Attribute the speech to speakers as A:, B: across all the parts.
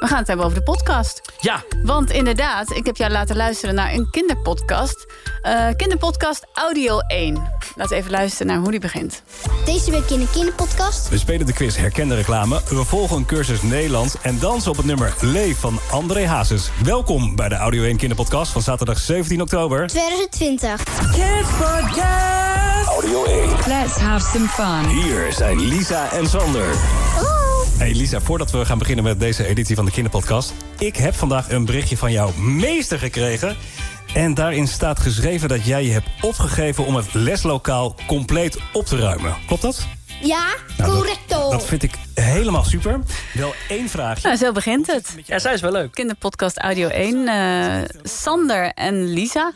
A: We gaan het hebben over de podcast.
B: Ja,
A: Want inderdaad, ik heb jou laten luisteren naar een kinderpodcast. Eh, kinderpodcast Audio 1. Laat even luisteren naar hoe die begint.
C: Deze week in de kinderpodcast.
D: We spelen de quiz Herkende Reclame. We volgen een cursus Nederlands en dansen op het nummer Leef van André Hazes. Welkom bij de Audio 1 Kinderpodcast van zaterdag 17 oktober.
C: 2020.
E: Kids Podcast.
D: Audio 1.
F: Let's have some fun.
D: Hier zijn Lisa en Sander. Hey Lisa, voordat we gaan beginnen met deze editie van de Kinderpodcast. Ik heb vandaag een berichtje van jouw meester gekregen. En daarin staat geschreven dat jij je hebt opgegeven om het leslokaal compleet op te ruimen. Klopt dat?
C: Ja,
D: Nou, dat-
C: correcto.
D: Dat vind ik helemaal super. Wel één vraagje.
A: Nou, zo begint het.
B: ja, zij is wel leuk.
A: Kinderpodcast Audio 1. eh, Sander en Lisa.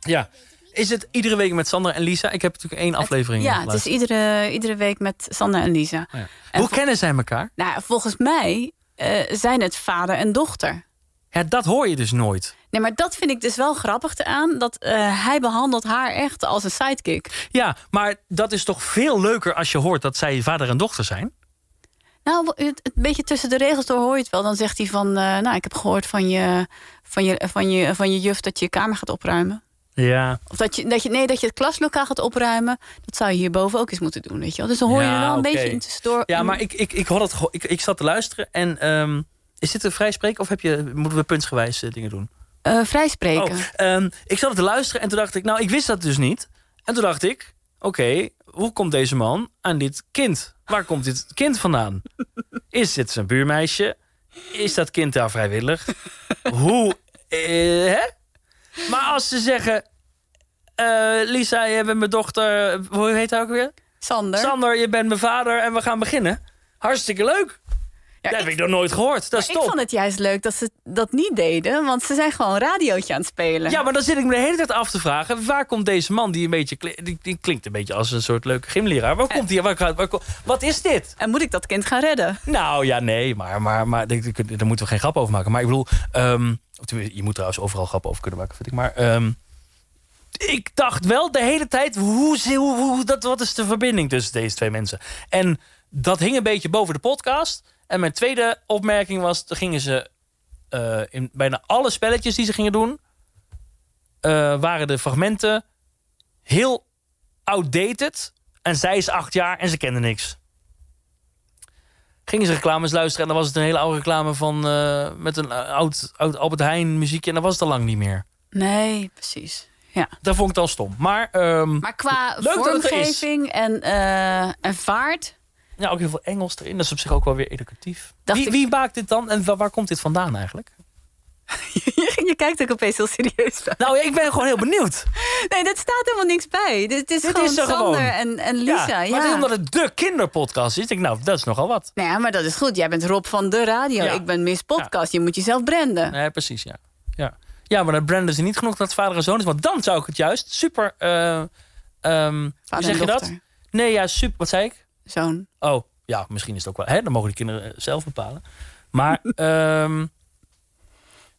B: Ja. Is het iedere week met Sander en Lisa? Ik heb natuurlijk één aflevering.
A: Ja, het is
B: geluisterd.
A: iedere, iedere week met Sander en Lisa.
B: Oh Ja.
A: En
B: Hoe
A: vo-
B: kennen zij elkaar?
A: Nou, volgens mij eh, zijn het vader en dochter.
B: Ja, dat hoor je dus nooit.
A: Nee, maar dat vind ik dus wel grappig eraan. Dat eh, hij behandelt haar echt als een sidekick.
B: Ja, maar dat is toch veel leuker als je hoort dat zij vader en dochter zijn?
A: Nou, het, het beetje tussen de regels door hoor je het wel. Dan zegt hij van, eh, nou, ik heb gehoord van je, van, je, van, je, van je juf dat je je kamer gaat opruimen.
B: Ja.
A: Of dat je, dat je, nee, dat je het klaslokaal gaat opruimen. Dat zou je hierboven ook eens moeten doen, weet je wel. Dus dan hoor je
B: Ja,
A: er wel een
B: oké.
A: beetje in tussendoor. mm,
B: Ja, maar ik, ik, ik, had het, geho- ik, ik zat te luisteren en... ehm, is dit een vrij spreken of heb je, moeten we puntsgewijs eh, dingen doen?
A: eh, vrij spreken.
B: Oh, ehm, ik zat het te luisteren en toen dacht ik, nou, ik wist dat dus niet. En toen dacht ik, oké, hoe komt deze man aan dit kind? Waar komt dit kind vandaan? Is dit zijn buurmeisje? Is dat kind daar vrijwillig? Hoe? eh, hè? Maar als ze zeggen, eh, Lisa, je bent mijn dochter, hoe heet hij ook weer?
A: Sander.
B: Sander, je bent mijn vader en we gaan beginnen. Hartstikke leuk.
A: Ja,
B: dat
A: ik-
B: heb ik nog nooit gehoord. Dat is
A: ik vond
B: top.
A: het juist leuk dat ze dat niet deden, want ze zijn gewoon een radiootje aan het spelen.
B: Ja, maar dan zit ik me de hele tijd af te vragen... waar komt deze man, die, een beetje, kli- die, die klinkt een beetje als een soort leuke gymleraar... waar komt hij? Waar, gaat- waar, ko- wat is dit?
A: En moet ik dat kind gaan redden?
B: Nou ja, nee, maar, maar, maar daar daar moeten we geen grap over maken. Maar ik bedoel, ehm, of tenminste, je moet trouwens overal grap over kunnen maken, vind ik. Maar ehm, ik dacht wel de hele tijd, hoe, zi- hoe, hoe- dat, wat is de verbinding tussen deze twee mensen? En dat hing een beetje boven de podcast. En mijn tweede opmerking was, toen gingen ze eh, in bijna alle spelletjes die ze gingen doen, eh, waren de fragmenten heel outdated. En zij is acht jaar en ze kende niks gingen ze reclames luisteren. En dan was het een hele oude reclame van eh, met een eh, oud, oud Albert Heijn muziekje. En dat was het al lang niet meer.
A: Nee, precies. Ja.
B: Dat vond ik dan stom. Maar, ehm,
A: Maar qua
B: Leuk dat het er is.
A: vormgeving en, eh, en vaart.
B: ja, ook heel veel Engels erin. Dat is op zich ook wel weer educatief.
A: Dacht
B: Wie,
A: ik-
B: wie maakt dit dan? En wa- waar komt dit vandaan eigenlijk?
A: Je, kijkt ook opeens heel serieus.
B: Nou, ik ben gewoon heel benieuwd.
A: Nee, dat staat helemaal niks bij. Dit is
B: Dit
A: gewoon
B: is er
A: Sander
B: gewoon.
A: En, en Lisa. Ja,
B: maar het is omdat het de kinderpodcast is. Ik denk, nou, dat is nogal wat.
A: Nee, maar dat is goed. Jij bent Rob van de radio.
B: Ja.
A: Ik ben Miss Podcast. Je moet jezelf branden.
B: Nee, precies, ja. Ja, ja maar dat branden ze niet genoeg dat het vader en zoon is. Want dan zou ik het juist super... eh, ehm, hoe
A: en
B: zeg je dat?
A: dochter.
B: Nee, ja, super... Wat zei ik?
A: Zo'n.
B: Oh, ja, misschien is het ook wel. Hè? Dan mogen de kinderen eh, zelf bepalen. Maar ehm,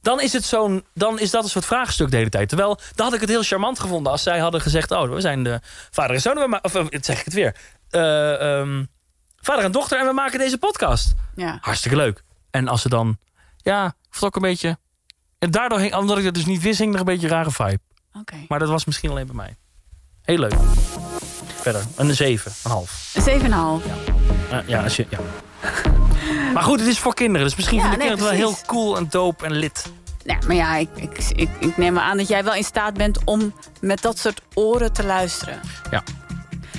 B: dan is het zo'n. Dan is dat een soort vraagstuk de hele tijd. Terwijl, dan had ik het heel charmant gevonden als zij hadden gezegd: Oh, we zijn de vader en zoon. en we ma- Of eh, zeg ik het weer. Eh, ehm, vader en dochter en we maken deze podcast.
A: Ja.
B: Hartstikke leuk. En als ze dan. Ja, ik vond het ook een beetje. En daardoor hing, omdat ik dat dus niet wist, hing er een beetje een rare vibe.
A: Oké.
B: Maar dat was misschien alleen bij mij. Heel leuk. Verder, een 7, een half.
A: Een 7,5.
B: Eh, ja, als je, ja. maar goed, het is voor kinderen. Dus misschien
A: Ja,
B: vinden
A: nee,
B: kinderen het wel
A: precies.
B: heel cool en dope en lid.
A: Nee, maar ja, ik, ik, ik, ik neem maar aan dat jij wel in staat bent om met dat soort oren te luisteren.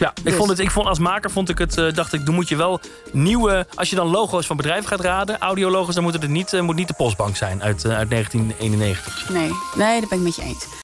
B: Ja, ik
A: Dus.
B: vond het, ik vond, als maker vond ik het, eh, dacht ik, dan moet je wel nieuwe... Als je dan logo's van bedrijven gaat raden, audiologo's... dan moet het niet, eh, moet niet de postbank zijn uit, eh, uit 1991.
A: Nee, nee, dat ben ik met je eens.